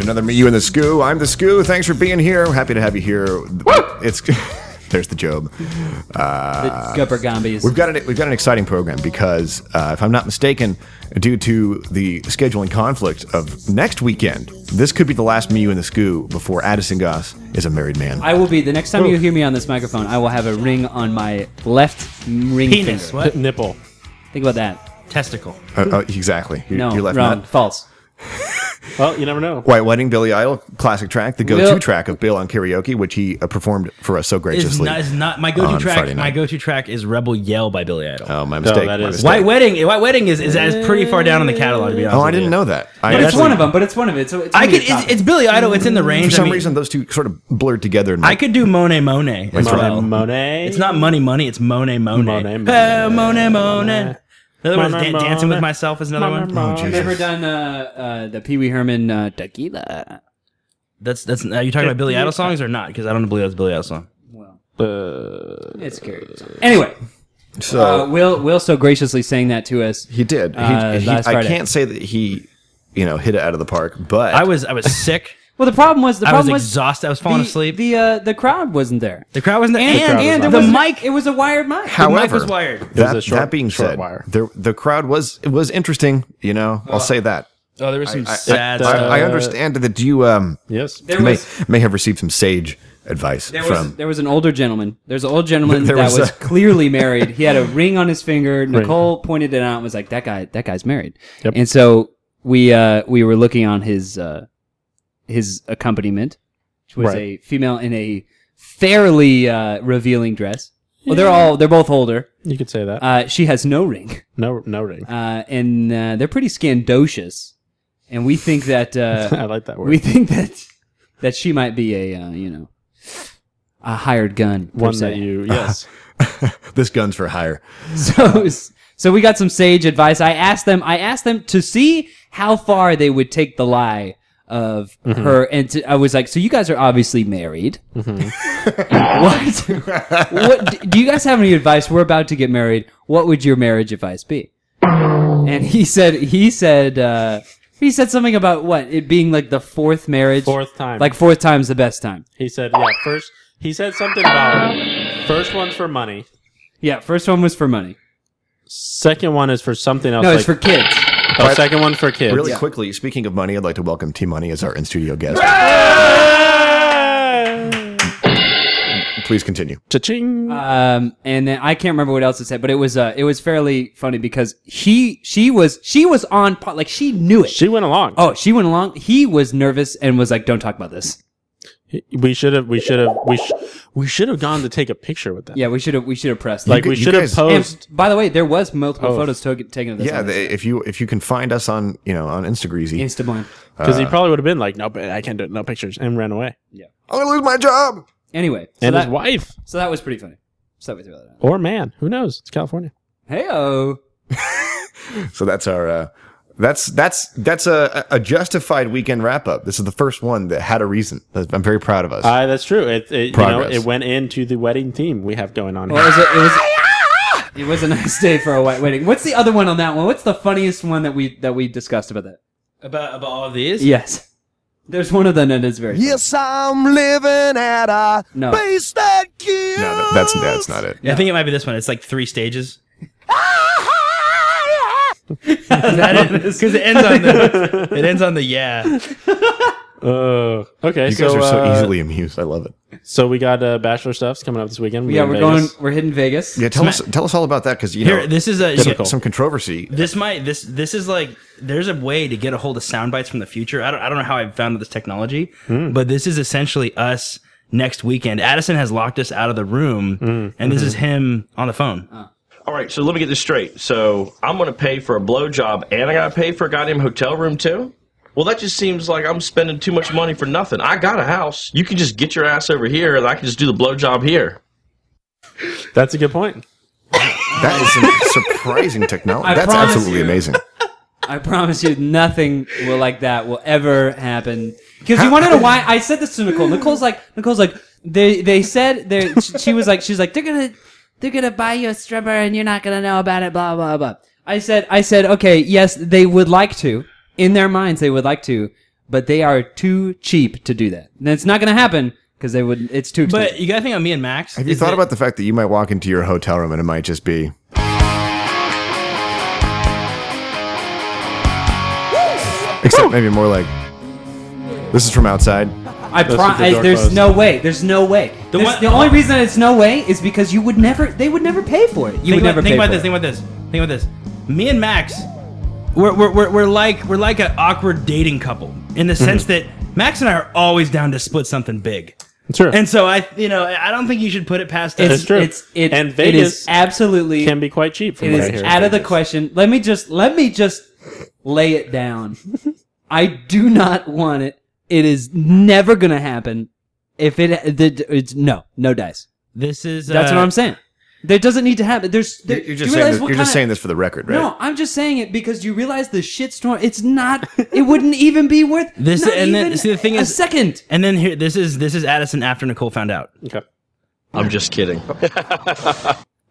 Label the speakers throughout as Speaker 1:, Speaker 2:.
Speaker 1: another me, you and the Scoo. I'm the Scoo. Thanks for being here. Happy to have you here. It's there's the job. Uh,
Speaker 2: the Gubber Gombies.
Speaker 1: We've got an we've got an exciting program because uh, if I'm not mistaken, due to the scheduling conflict of next weekend, this could be the last me you and the Scoo before Addison Goss is a married man.
Speaker 2: I will be the next time you hear me on this microphone. I will have a ring on my left ring
Speaker 3: Penis.
Speaker 2: finger.
Speaker 3: What?
Speaker 4: Nipple.
Speaker 2: Think about that.
Speaker 3: Testicle.
Speaker 1: Uh, uh, exactly. You're,
Speaker 2: No,
Speaker 1: you're left
Speaker 2: wrong,
Speaker 1: nut.
Speaker 2: false.
Speaker 4: Well, you never know.
Speaker 1: White Wedding, Billy Idol, classic track, the go-to
Speaker 2: Will-
Speaker 1: track of Bill on karaoke, which he uh, performed for us so
Speaker 3: Is
Speaker 1: graciously.
Speaker 3: not, is not my go-to
Speaker 1: on Friday
Speaker 3: track.
Speaker 1: night.
Speaker 3: My go-to track is "Rebel Yell" by Billy Idol.
Speaker 1: oh, my mistake.
Speaker 4: that
Speaker 1: my
Speaker 4: is-
Speaker 1: mistake.
Speaker 3: White Wedding. White Wedding is, is, is pretty far down in the catalog. To be honest.
Speaker 1: Oh, I
Speaker 3: with
Speaker 1: didn't
Speaker 3: you.
Speaker 1: know that. I
Speaker 2: But it's
Speaker 1: actually-
Speaker 2: one of them. But it's one of it. So it's
Speaker 3: I
Speaker 2: gonna be
Speaker 3: could.
Speaker 2: a
Speaker 3: It's,
Speaker 2: top.
Speaker 3: it's Billy Idol. It's in the range.
Speaker 1: For some
Speaker 3: I mean,
Speaker 1: reason, those two sort of blurred together. In my,
Speaker 3: I could do Monet Monet as
Speaker 1: That's right.
Speaker 3: well.
Speaker 4: Monet.
Speaker 3: It's not money money. It's Monet Monet.
Speaker 4: Monet,
Speaker 3: Monet
Speaker 4: Monet,
Speaker 3: Monet. Monet, Monet. Another one is Dan-
Speaker 4: Monet,
Speaker 3: dancing
Speaker 4: Monet.
Speaker 3: with myself. Is another one.
Speaker 1: Oh,
Speaker 2: Have you ever
Speaker 1: Jesus.
Speaker 2: done uh, uh, the Pee Wee Herman uh, tequila?
Speaker 3: That's that's. Are you talking about Billy Idol songs or not? Because I don't believe that's a Billy Idol song.
Speaker 2: It's scary. Anyway,
Speaker 1: So
Speaker 2: uh, Will Will so graciously sang that to us.
Speaker 1: he did. He-
Speaker 2: uh,
Speaker 1: he-
Speaker 2: last
Speaker 1: I
Speaker 2: Friday.
Speaker 1: can't say that he, you know, hit it out of the park, but
Speaker 3: I was I was sick.
Speaker 2: Well, the problem was the
Speaker 3: I was
Speaker 2: problem was
Speaker 3: exhausted. I was falling
Speaker 2: the,
Speaker 3: asleep.
Speaker 2: The uh, the crowd wasn't there.
Speaker 3: The crowd wasn't there.
Speaker 2: And
Speaker 4: was
Speaker 2: and
Speaker 4: not
Speaker 2: there
Speaker 3: the
Speaker 2: was
Speaker 3: mic.
Speaker 2: It was a wired mic.
Speaker 1: However,
Speaker 3: mic was wired.
Speaker 4: It was
Speaker 1: That,
Speaker 4: a short-
Speaker 1: that being
Speaker 4: short
Speaker 1: said,
Speaker 4: wire.
Speaker 1: there the crowd was it was interesting. You know,
Speaker 2: Uh,
Speaker 1: I'll say that.
Speaker 3: Oh, there was some
Speaker 1: I,
Speaker 3: sad
Speaker 1: I-
Speaker 3: stuff.
Speaker 1: I understand that you um
Speaker 4: Yes.
Speaker 2: there
Speaker 1: may
Speaker 2: was
Speaker 1: may have received some sage advice
Speaker 2: there was
Speaker 1: from.
Speaker 2: there was an older gentleman. There's an old gentleman
Speaker 1: There
Speaker 2: that
Speaker 1: was
Speaker 2: was,
Speaker 1: a-
Speaker 2: clearly married. He had a ring on his finger. Nicole pointed it out and was like, "That guy, that guy's married."
Speaker 4: Yep.
Speaker 2: And so we uh, we were looking on his uh, his accompaniment, which was
Speaker 4: Right.
Speaker 2: a female in a fairly uh, revealing dress. Well, they're all they're both older.
Speaker 4: You could say that.
Speaker 2: Uh, she has no ring.
Speaker 4: no, no ring.
Speaker 2: uh, and uh, they're pretty scandocious, and we think that
Speaker 4: I
Speaker 2: uh,
Speaker 4: like that word.
Speaker 2: we think that that she might be a uh, you know a hired gun per
Speaker 4: One
Speaker 2: se.
Speaker 4: that you, yes.
Speaker 1: this gun's for hire.
Speaker 2: so so we got some sage advice. I asked them I asked them to see how far they would take the lie of
Speaker 4: Mm-hmm.
Speaker 2: her, and to, I was like, so you guys are obviously married.
Speaker 4: Mm-hmm.
Speaker 2: what? what? Do you guys have any advice? We're about to get married. What would your marriage advice be? And he said he said uh, he said something about what it being like the fourth marriage,
Speaker 4: Fourth time.
Speaker 2: like fourth time's the best time.
Speaker 4: he said, yeah, first, he said something about first one's for money.
Speaker 2: Yeah, first one was for money.
Speaker 4: Second one is for something else.
Speaker 2: No,
Speaker 4: like,
Speaker 2: it's for kids.
Speaker 4: oh, second one for kids.
Speaker 1: Really quickly, speaking of money, I'd like to welcome T Money as our in studio guest. Please continue.
Speaker 4: Cha-ching.
Speaker 2: Um, and then I can't remember what else it said, but it was uh, it was fairly funny because he she was she was on par, like she knew it.
Speaker 4: she went along.
Speaker 2: oh, she went along. He was nervous and was like, "Don't talk about this."
Speaker 4: We should have. We should have. We sh- we should have gone to take a picture with them.
Speaker 2: Yeah, we should have we should have pressed.
Speaker 4: Like
Speaker 1: You
Speaker 4: we
Speaker 1: g- you
Speaker 4: should have
Speaker 1: guys-
Speaker 2: and
Speaker 4: posed.
Speaker 2: by the way, there was multiple
Speaker 4: Oh.
Speaker 2: photos to- taken of this.
Speaker 1: Yeah,
Speaker 2: on
Speaker 1: the, if you if you can find us on you know on Instagreasy,
Speaker 2: Instablog.
Speaker 4: Because
Speaker 1: Uh.
Speaker 4: he probably would have been like, no, but I can't do it. No pictures, and ran away.
Speaker 1: I'm gonna lose my job.
Speaker 2: Anyway, so
Speaker 4: and
Speaker 2: that,
Speaker 4: his wife
Speaker 2: so that was pretty funny. So we threw that.
Speaker 4: or man, who knows? It's California.
Speaker 2: Hey oh,
Speaker 1: So that's our uh, that's that's that's a, a justified weekend wrap up. This is the first one that had a reason. I'm very proud of us.
Speaker 4: Uh, that's true. It, it, you know,
Speaker 1: Progress.
Speaker 4: it went into the wedding theme we have going on.
Speaker 2: well, it
Speaker 4: Here.
Speaker 2: was a, it was. It was a nice day for a white wedding. What's the other one on that one? What's the funniest one that we that we discussed about that?
Speaker 3: about about all of these.
Speaker 2: Yes, there's one of them that is very. funny.
Speaker 5: Yes, I'm living at a
Speaker 2: No.
Speaker 5: base that kills.
Speaker 1: no, that- that's that's not it.
Speaker 3: I think it might be this one. It's like three stages. Because it ends on the it ends on the yeah.
Speaker 2: Oh.
Speaker 4: Uh, okay,
Speaker 1: You
Speaker 4: so
Speaker 1: guys are so
Speaker 4: uh,
Speaker 1: easily amused. I love it.
Speaker 4: So we got uh, bachelor stuffs coming up this weekend.
Speaker 2: Yeah, we're
Speaker 4: in
Speaker 2: going.
Speaker 4: Vegas.
Speaker 2: We're hitting Vegas.
Speaker 1: Yeah, tell us tell us all about that because you
Speaker 3: Here,
Speaker 1: know
Speaker 3: this is a
Speaker 1: some, some controversy.
Speaker 3: this might this this is like there's a way to get a hold of sound bites from the future. I don't I don't know how I found this technology,
Speaker 1: Hmm.
Speaker 3: but this is essentially us next weekend. Addison has locked us out of the room,
Speaker 1: Hmm.
Speaker 3: and
Speaker 1: Mm-hmm.
Speaker 3: this is him on the phone.
Speaker 6: All right, so let me get this straight. So I'm going to pay for a blowjob and I got to pay for a goddamn hotel room too? Well, that just seems like I'm spending too much money for nothing. I got a house. You can just get your ass over here and I can just do the blowjob here.
Speaker 4: That's a good point.
Speaker 1: That is some surprising technology.
Speaker 2: I
Speaker 1: that's
Speaker 2: promise
Speaker 1: absolutely
Speaker 2: you.
Speaker 1: amazing.
Speaker 2: I promise you, nothing will like that will ever happen. Because you want to know why? I said this to Nicole. Nicole's like, Nicole's like, they they said they. She, she was like, she's like, they're gonna they're gonna buy you a stripper and you're not gonna know about it. Blah blah blah. I said, I said, okay, yes, they would like to. In their minds, they would like to, but they are too cheap to do that. And it's not going to happen because they would. It's too expensive.
Speaker 3: But you gotta think about me and Max.
Speaker 1: Have you
Speaker 3: is
Speaker 1: thought
Speaker 3: that-
Speaker 1: about the fact that you might walk into your hotel room and it might just be Except maybe more like this is from outside.
Speaker 2: I pro-
Speaker 4: with the
Speaker 2: I,
Speaker 4: door
Speaker 2: there's
Speaker 4: closed.
Speaker 2: no way. There's no way.
Speaker 3: The
Speaker 2: The,
Speaker 3: one-
Speaker 2: the only reason it's no way is because you would never. They would never pay for it. You
Speaker 3: think
Speaker 2: would
Speaker 3: about,
Speaker 2: never
Speaker 3: think
Speaker 2: pay
Speaker 3: about
Speaker 2: for
Speaker 3: this.
Speaker 2: it.
Speaker 3: Think about this. Think about this. Me and Max, we're, we're, we're, we're like we're like an awkward dating couple in
Speaker 2: Mhm.
Speaker 3: the sense that Max and I are always down to split something big.
Speaker 4: Sure.
Speaker 3: And so I, you know, I don't think you should put it past us.
Speaker 4: That's true.
Speaker 2: It's it,
Speaker 4: And
Speaker 2: it
Speaker 4: Vegas
Speaker 2: is absolutely
Speaker 4: can be quite cheap. From
Speaker 2: It
Speaker 4: what
Speaker 2: is
Speaker 4: I hear.
Speaker 2: out of the question. Let me just let me just lay it down. I do not want it. It is never gonna happen. If it, the- it's no, no dice.
Speaker 3: This is
Speaker 2: That's
Speaker 3: uh,
Speaker 2: what I'm saying. There doesn't need to happen. There's there,
Speaker 1: You're
Speaker 2: do you
Speaker 1: just saying
Speaker 2: realize
Speaker 1: this,
Speaker 2: what
Speaker 1: you're just
Speaker 2: kinda-
Speaker 1: saying this for the record, right?
Speaker 2: No, I'm just saying it because you realize the shitstorm. It's not. It wouldn't even be worth
Speaker 3: This-
Speaker 2: Not
Speaker 3: and then-
Speaker 2: even
Speaker 3: see, the thing
Speaker 2: a
Speaker 3: is-
Speaker 2: second.
Speaker 3: And then here, this is this is Addison after Nicole found out.
Speaker 4: Okay.
Speaker 6: I'm just kidding.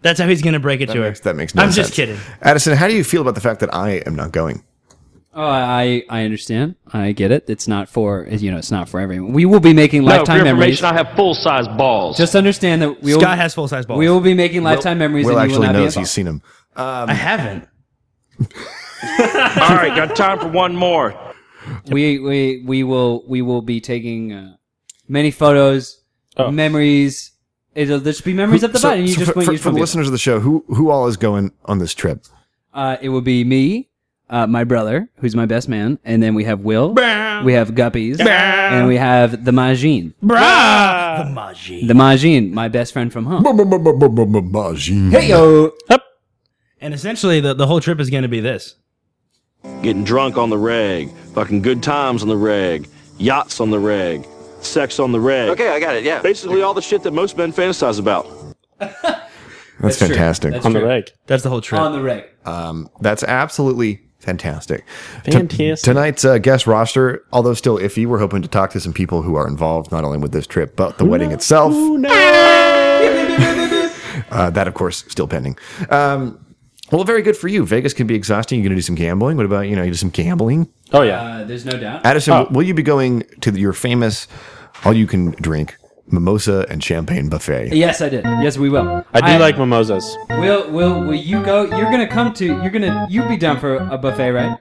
Speaker 3: That's how he's gonna break it to her.
Speaker 1: Makes- That makes no
Speaker 3: I'm
Speaker 1: sense.
Speaker 3: just kidding.
Speaker 1: Addison, how do you feel about the fact that I am not going?
Speaker 2: Oh, I I understand. I get it. It's not for you know. It's not for everyone. We will be making lifetime memories.
Speaker 7: I have full size balls.
Speaker 2: Just understand that we
Speaker 3: Scott
Speaker 2: will,
Speaker 3: has full size balls.
Speaker 2: we will be making lifetime memories.
Speaker 1: Will
Speaker 2: and you will
Speaker 1: actually
Speaker 2: not be
Speaker 1: knows he's
Speaker 2: involved.
Speaker 1: seen him.
Speaker 3: Um, I haven't.
Speaker 6: All right, got time for one more.
Speaker 2: We we we will we will be taking uh, many photos,
Speaker 4: Oh.
Speaker 2: memories. It'll there should be memories of the
Speaker 1: So-
Speaker 2: button. You
Speaker 1: so
Speaker 2: just
Speaker 1: for,
Speaker 2: won't-
Speaker 1: for-
Speaker 2: you just
Speaker 1: for
Speaker 2: won't
Speaker 1: the
Speaker 2: be
Speaker 1: listeners of the show, who who all is going on this trip?
Speaker 2: there. Uh, it will be me, uh, my brother, who's my best man, and then we have Will. We have Guppies, and we have the Majin.
Speaker 3: Bruh! The Maji.
Speaker 2: The Majin, my best friend from home.
Speaker 1: Majin.
Speaker 2: Yo,
Speaker 3: And essentially, the, the whole trip is gonna be this.
Speaker 7: Getting drunk on the reg, fucking good times on the reg, yachts on the reg, sex on the reg.
Speaker 8: Okay, I got it. Yeah.
Speaker 7: Basically, all the shit that most men fantasize about.
Speaker 1: That's
Speaker 2: true.
Speaker 1: fantastic.
Speaker 2: That's
Speaker 4: On the
Speaker 2: true.
Speaker 4: reg.
Speaker 3: That's the whole trip.
Speaker 2: on the reg.
Speaker 1: That's absolutely fantastic. T-
Speaker 4: Fantastic.
Speaker 1: tonight's uh, guest roster, although still iffy, we're hoping to talk to some people who are involved not only with this trip but the wedding itself. Uh, that, of course, still pending. Um, well, very good for you. Vegas can be exhausting. You're going to do some gambling. What about you know you do some gambling?
Speaker 4: Oh yeah.
Speaker 2: Uh, there's no doubt.
Speaker 1: Addison,
Speaker 4: Oh.
Speaker 1: will you be going to your famous all you can drink mimosa and champagne buffet?
Speaker 2: Yes, I did. Yes, we will.
Speaker 4: I do like mimosas.
Speaker 2: Will will will you go? You're gonna come to. You're gonna you be down for a buffet, right?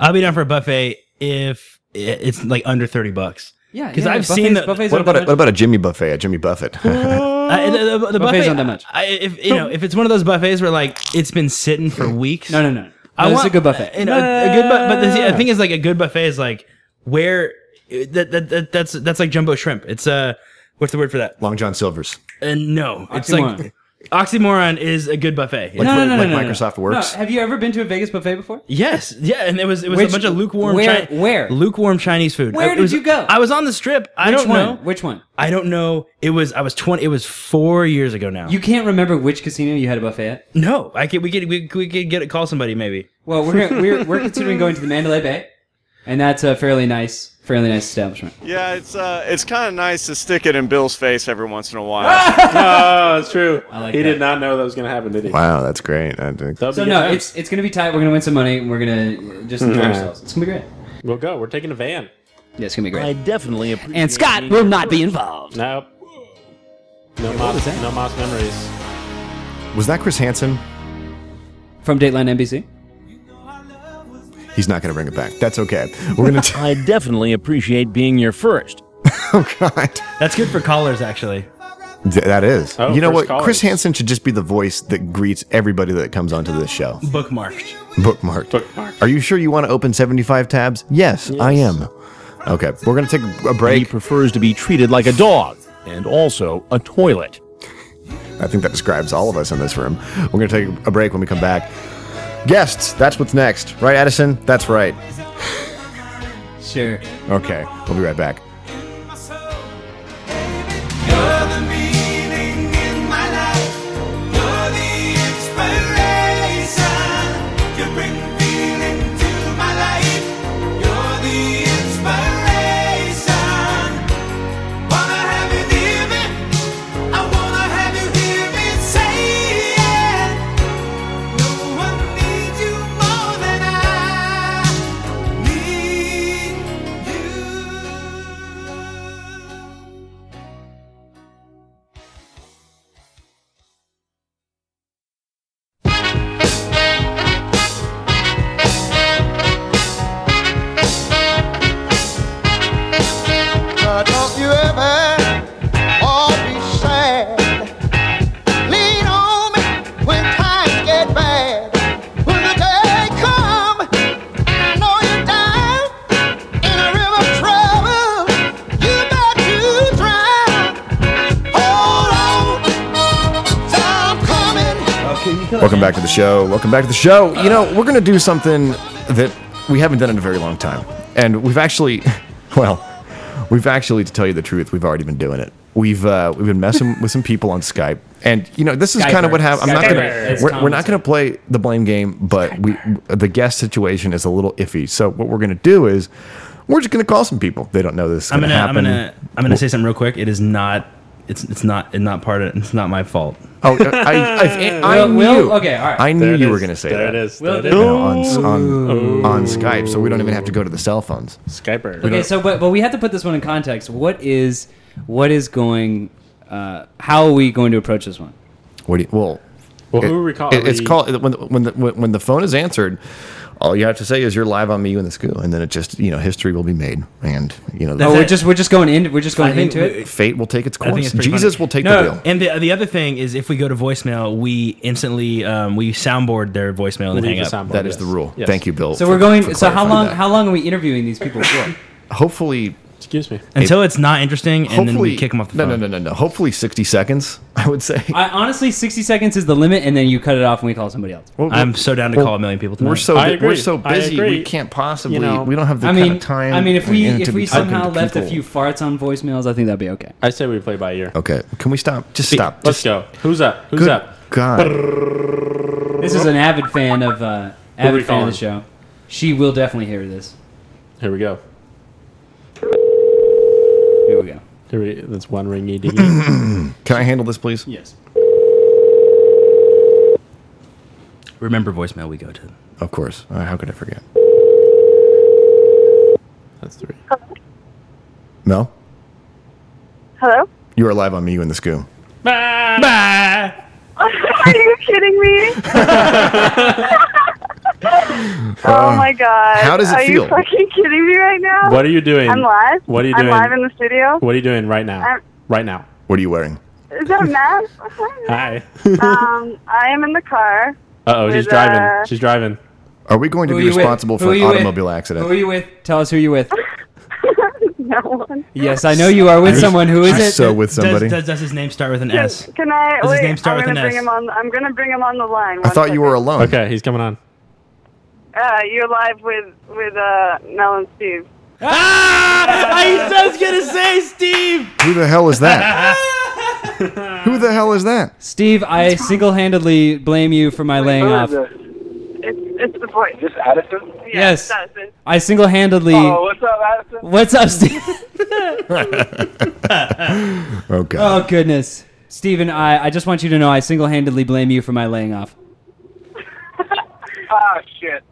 Speaker 3: I'll be down for a buffet if i- it's like under thirty bucks.
Speaker 2: Yeah,
Speaker 3: 'Cause
Speaker 2: yeah,
Speaker 3: I've seen the-
Speaker 2: buffets
Speaker 1: What
Speaker 2: aren't that
Speaker 1: about a,
Speaker 2: much-
Speaker 1: what about a Jimmy buffet? A Jimmy Buffett.
Speaker 3: I- the, the- the buffet,
Speaker 2: aren't that much.
Speaker 3: I, if you know, if it's one of those buffets where like it's been sitting for weeks.
Speaker 2: No, no, no. no
Speaker 3: I
Speaker 2: this
Speaker 3: want
Speaker 2: is a good buffet.
Speaker 3: You know, a, a good, bu- but the, the thing is, like a good buffet is like where that, that, that that's that's like jumbo shrimp. It's uh, what's the word for that?
Speaker 1: Long John Silver's.
Speaker 3: Uh, no, it's
Speaker 2: Oxymoron.
Speaker 3: like oxymoron is a good buffet.
Speaker 2: no, no,
Speaker 1: like-
Speaker 2: no,
Speaker 1: like
Speaker 2: no, no,
Speaker 1: Microsoft
Speaker 2: no.
Speaker 1: works?
Speaker 2: No, have you ever been to a Vegas buffet before?
Speaker 3: Yes, yeah, and it was it was
Speaker 2: Which-
Speaker 3: a bunch of lukewarm.
Speaker 2: where-
Speaker 3: Chi-
Speaker 2: where?
Speaker 3: lukewarm Chinese food?
Speaker 2: Where
Speaker 3: It
Speaker 2: did
Speaker 3: was-
Speaker 2: you go?
Speaker 3: I was on the strip. I
Speaker 2: Which
Speaker 3: don't
Speaker 2: one?
Speaker 3: know.
Speaker 2: Which one?
Speaker 3: I don't know. It was I was twenty. It was four years ago now.
Speaker 2: You can't remember which casino you had a buffet at.
Speaker 3: no, I could we could we, we could get call somebody maybe.
Speaker 2: Well, we're we're we're considering going to the Mandalay Bay, and that's a fairly nice fairly nice establishment.
Speaker 9: Yeah, it's uh, it's kind of nice to stick it in Bill's face every once in a while.
Speaker 4: Oh, it's true.
Speaker 2: like
Speaker 4: he
Speaker 2: that.
Speaker 4: did not know that was going to happen, did he?
Speaker 1: Wow, that's great. I think-
Speaker 4: That'd
Speaker 2: So
Speaker 4: be
Speaker 2: no,
Speaker 4: good.
Speaker 2: it's it's gonna be tight. We're gonna win some money. and We're gonna just enjoy ourselves. It's gonna be great.
Speaker 4: we'll go. We're taking a van.
Speaker 2: Yeah, it's gonna be great.
Speaker 7: definitely appreciate
Speaker 2: and Scott will not be involved.
Speaker 4: Nope. No
Speaker 2: was
Speaker 4: moss.
Speaker 2: that?
Speaker 4: No moss memories.
Speaker 1: Was that Chris Hansen?
Speaker 2: From Dateline NBC.
Speaker 1: He's not going to bring it back. That's okay. We're going to.
Speaker 7: I definitely appreciate being your first.
Speaker 1: Oh God,
Speaker 3: That's good for callers actually.
Speaker 1: Th- that is.
Speaker 4: Oh,
Speaker 1: you know
Speaker 4: first
Speaker 1: what?
Speaker 4: callers.
Speaker 1: Chris Hansen should just be the voice that greets everybody that comes onto this show.
Speaker 3: Bookmarked.
Speaker 1: Bookmarked.
Speaker 4: Bookmark.
Speaker 1: Are you sure you want to open seventy-five tabs? Yes, I am. Okay, we're going to take a
Speaker 7: He
Speaker 1: break.
Speaker 7: prefers to be treated like a dog and also a toilet.
Speaker 1: I think that describes all of us in this room. We're going to take a break when we come back. Guests, that's what's next, right, Addison? That's right.
Speaker 2: Sure.
Speaker 1: Okay, we'll be right back.
Speaker 5: No one needs you more than I need
Speaker 1: Welcome back to the show. Welcome back to the show. You know, we're going to do something that we haven't done in a very long time. And we've actually, well, we've actually, to tell you the truth, we've already been doing it. We've uh, we've been messing with some people on Skype, and you know this is kind of what happened. I'm not
Speaker 2: Skyper.
Speaker 1: gonna
Speaker 2: It's
Speaker 1: we're, we're
Speaker 2: common
Speaker 1: not gonna play the blame game, but we the guest situation is a little iffy. So what we're gonna do is we're just gonna call some people. They don't know this. Is
Speaker 3: I'm
Speaker 1: gonna
Speaker 3: gonna, I'm
Speaker 1: happen.
Speaker 3: gonna, I'm gonna say something real quick. It is not, it's, it's not, it's not part of, it's not my fault.
Speaker 1: Oh, I, I, I, I
Speaker 2: Will-
Speaker 1: knew.
Speaker 2: Will- okay, all right.
Speaker 1: I knew
Speaker 4: There it
Speaker 1: you were
Speaker 4: is.
Speaker 1: going to say
Speaker 4: there
Speaker 1: that.
Speaker 4: it is.
Speaker 2: Will
Speaker 4: There it
Speaker 1: You
Speaker 4: is.
Speaker 1: know, on, s- on, on Skype, so we don't even have to go to the cell phones.
Speaker 4: Skyper.
Speaker 2: Okay, so but but we have to put this one in context. What is what is going? Uh, how are we going to approach this one?
Speaker 1: What do you, well,
Speaker 4: well,
Speaker 1: it-
Speaker 4: who are we calling?
Speaker 1: it- it's called when the, when the when when the phone is answered. All you have to say is you're live on me, you in the school, and then it just you know history will be made, and you know
Speaker 2: Oh,
Speaker 1: the
Speaker 2: we're just we're just going into we're just going
Speaker 3: I think
Speaker 2: into it.
Speaker 1: fate will take its
Speaker 3: think
Speaker 1: course.
Speaker 3: it's pretty
Speaker 1: Jesus
Speaker 3: funny.
Speaker 1: will take
Speaker 3: No,
Speaker 1: the wheel.
Speaker 3: And the, the other thing is, if we go to voicemail, we instantly um, we soundboard their voicemail and hang up.
Speaker 1: That is the rule. Thank you, Bill.
Speaker 2: So
Speaker 1: for-
Speaker 2: we're going.
Speaker 1: for
Speaker 2: So how
Speaker 1: clarifying
Speaker 2: long?
Speaker 1: that.
Speaker 2: How long are we interviewing these people for?
Speaker 1: Hopefully,
Speaker 4: Excuse me.
Speaker 3: Until it's not interesting, and
Speaker 1: hopefully
Speaker 3: then we kick them off the
Speaker 1: no,
Speaker 3: phone.
Speaker 1: no, no, no, no. Hopefully, sixty seconds. I would say.
Speaker 2: I, honestly, sixty seconds is the limit, and then you cut it off and we call somebody else.
Speaker 3: I'm so down to call a million people. Tonight.
Speaker 1: We're so
Speaker 4: I
Speaker 1: bu- we're
Speaker 4: agree.
Speaker 1: so
Speaker 4: I
Speaker 1: busy. We
Speaker 4: agree.
Speaker 1: can't possibly.
Speaker 4: You know,
Speaker 1: we don't have the
Speaker 2: I
Speaker 1: kind
Speaker 2: mean,
Speaker 1: of time.
Speaker 2: I mean, if
Speaker 1: and-
Speaker 2: we
Speaker 1: and
Speaker 2: if
Speaker 1: to
Speaker 2: we
Speaker 1: be talking
Speaker 2: somehow
Speaker 1: to
Speaker 2: left a
Speaker 1: people.
Speaker 2: few farts on voicemails, I think that'd be okay.
Speaker 4: I say we play by ear.
Speaker 1: Okay, can we stop? Just Oh, stop.
Speaker 4: Let's
Speaker 1: Just
Speaker 4: go. Who's up? Who's
Speaker 1: good
Speaker 4: up?
Speaker 1: God.
Speaker 2: This is an avid fan of uh,
Speaker 4: are we
Speaker 2: avid fan of
Speaker 4: calling?
Speaker 2: the show. She will definitely hear this.
Speaker 4: Here we go.
Speaker 2: Here we go.
Speaker 4: Here we, that's one ringy dingy.
Speaker 1: Can I handle this, please?
Speaker 4: yes.
Speaker 3: Remember voicemail we go to.
Speaker 1: Of course. Uh, how could I forget?
Speaker 4: That's three.
Speaker 1: Mel,
Speaker 8: Hello?
Speaker 1: you are live on me. You in the school.
Speaker 8: Are you kidding me?
Speaker 4: Uh,
Speaker 1: Uh,
Speaker 8: oh my god.
Speaker 1: how does it
Speaker 8: Are
Speaker 1: feel?
Speaker 8: you fucking kidding me right now?
Speaker 4: What are you doing?
Speaker 8: I'm live.
Speaker 4: What are you doing?
Speaker 8: I'm live in the studio.
Speaker 4: what are you doing right now?
Speaker 8: I'm-
Speaker 4: right now.
Speaker 1: What are you wearing?
Speaker 8: Is that Matt?
Speaker 4: Hi.
Speaker 8: um, I am in the car.
Speaker 4: Uh oh, she's
Speaker 8: With,
Speaker 4: driving.
Speaker 8: uh,
Speaker 4: She's driving.
Speaker 1: Are we going to
Speaker 2: Who
Speaker 1: be
Speaker 2: are you with?
Speaker 1: responsible
Speaker 2: Who
Speaker 1: for
Speaker 2: are
Speaker 1: an
Speaker 2: you with?
Speaker 1: automobile
Speaker 2: Who are
Speaker 1: accident?
Speaker 2: you with? Tell us who you're with.
Speaker 8: no one.
Speaker 2: Yes, I know you are with someone. Who is it?
Speaker 1: So with
Speaker 3: Does-
Speaker 1: somebody.
Speaker 3: Does, does his name start with an
Speaker 8: Can,
Speaker 3: S?
Speaker 8: can I
Speaker 3: Does his
Speaker 8: wait?
Speaker 3: name start
Speaker 8: I'm
Speaker 3: with
Speaker 8: gonna
Speaker 3: an
Speaker 8: bring
Speaker 3: S?
Speaker 8: him on. I'm gonna bring him on the line.
Speaker 1: I thought you were alone.
Speaker 4: Okay, he's coming on.
Speaker 8: Uh, you're live with with uh, Mel and Steve.
Speaker 2: Ah!
Speaker 3: I was gonna say Steve.
Speaker 1: Who the hell is that? Who the hell is that?
Speaker 2: Steve, I single-handedly blame you for my laying off.
Speaker 8: It's it's the voice.
Speaker 10: This Addison?
Speaker 8: Yeah,
Speaker 2: Yes.
Speaker 8: Madison.
Speaker 2: I single-handedly.
Speaker 10: Oh, what's up, Addison?
Speaker 2: What's up, Steve?
Speaker 1: Oh God.
Speaker 2: Oh goodness, Steven, I I just want you to know I single-handedly blame you for my laying off.
Speaker 10: Ah, shit.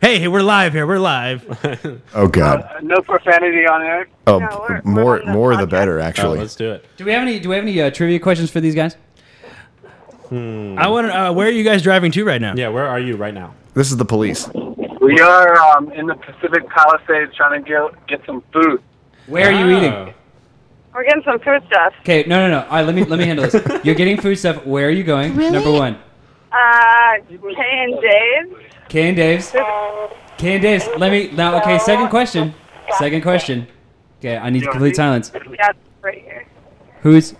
Speaker 3: Hey, hey, we're live here. We're live.
Speaker 1: oh God.
Speaker 10: No profanity on air.
Speaker 1: Oh,
Speaker 8: No, we're- we're
Speaker 1: more
Speaker 8: on the
Speaker 1: more the
Speaker 8: podcast.
Speaker 1: better
Speaker 4: Oh,
Speaker 1: actually.
Speaker 4: let's do it.
Speaker 2: Do we have any Do we have any uh, trivia questions for these guys?
Speaker 3: I want. to Uh, where are you guys driving to right now?
Speaker 4: Yeah, where are you right now?
Speaker 1: this is the police.
Speaker 10: We are um, in the Pacific Palisades trying to get, get some food.
Speaker 2: Where are you eating?
Speaker 4: Oh.
Speaker 8: We're getting some food stuff.
Speaker 2: Okay, no, no, no. All right, let me let me handle this. You're getting food stuff. Where are you going? Number one,
Speaker 8: Uh, Kay and Dave.
Speaker 2: K and Dave's. K and Dave's. Let me now. Okay, second question. Second question. Okay, I need complete silence.
Speaker 8: Yeah, right here.
Speaker 2: Who's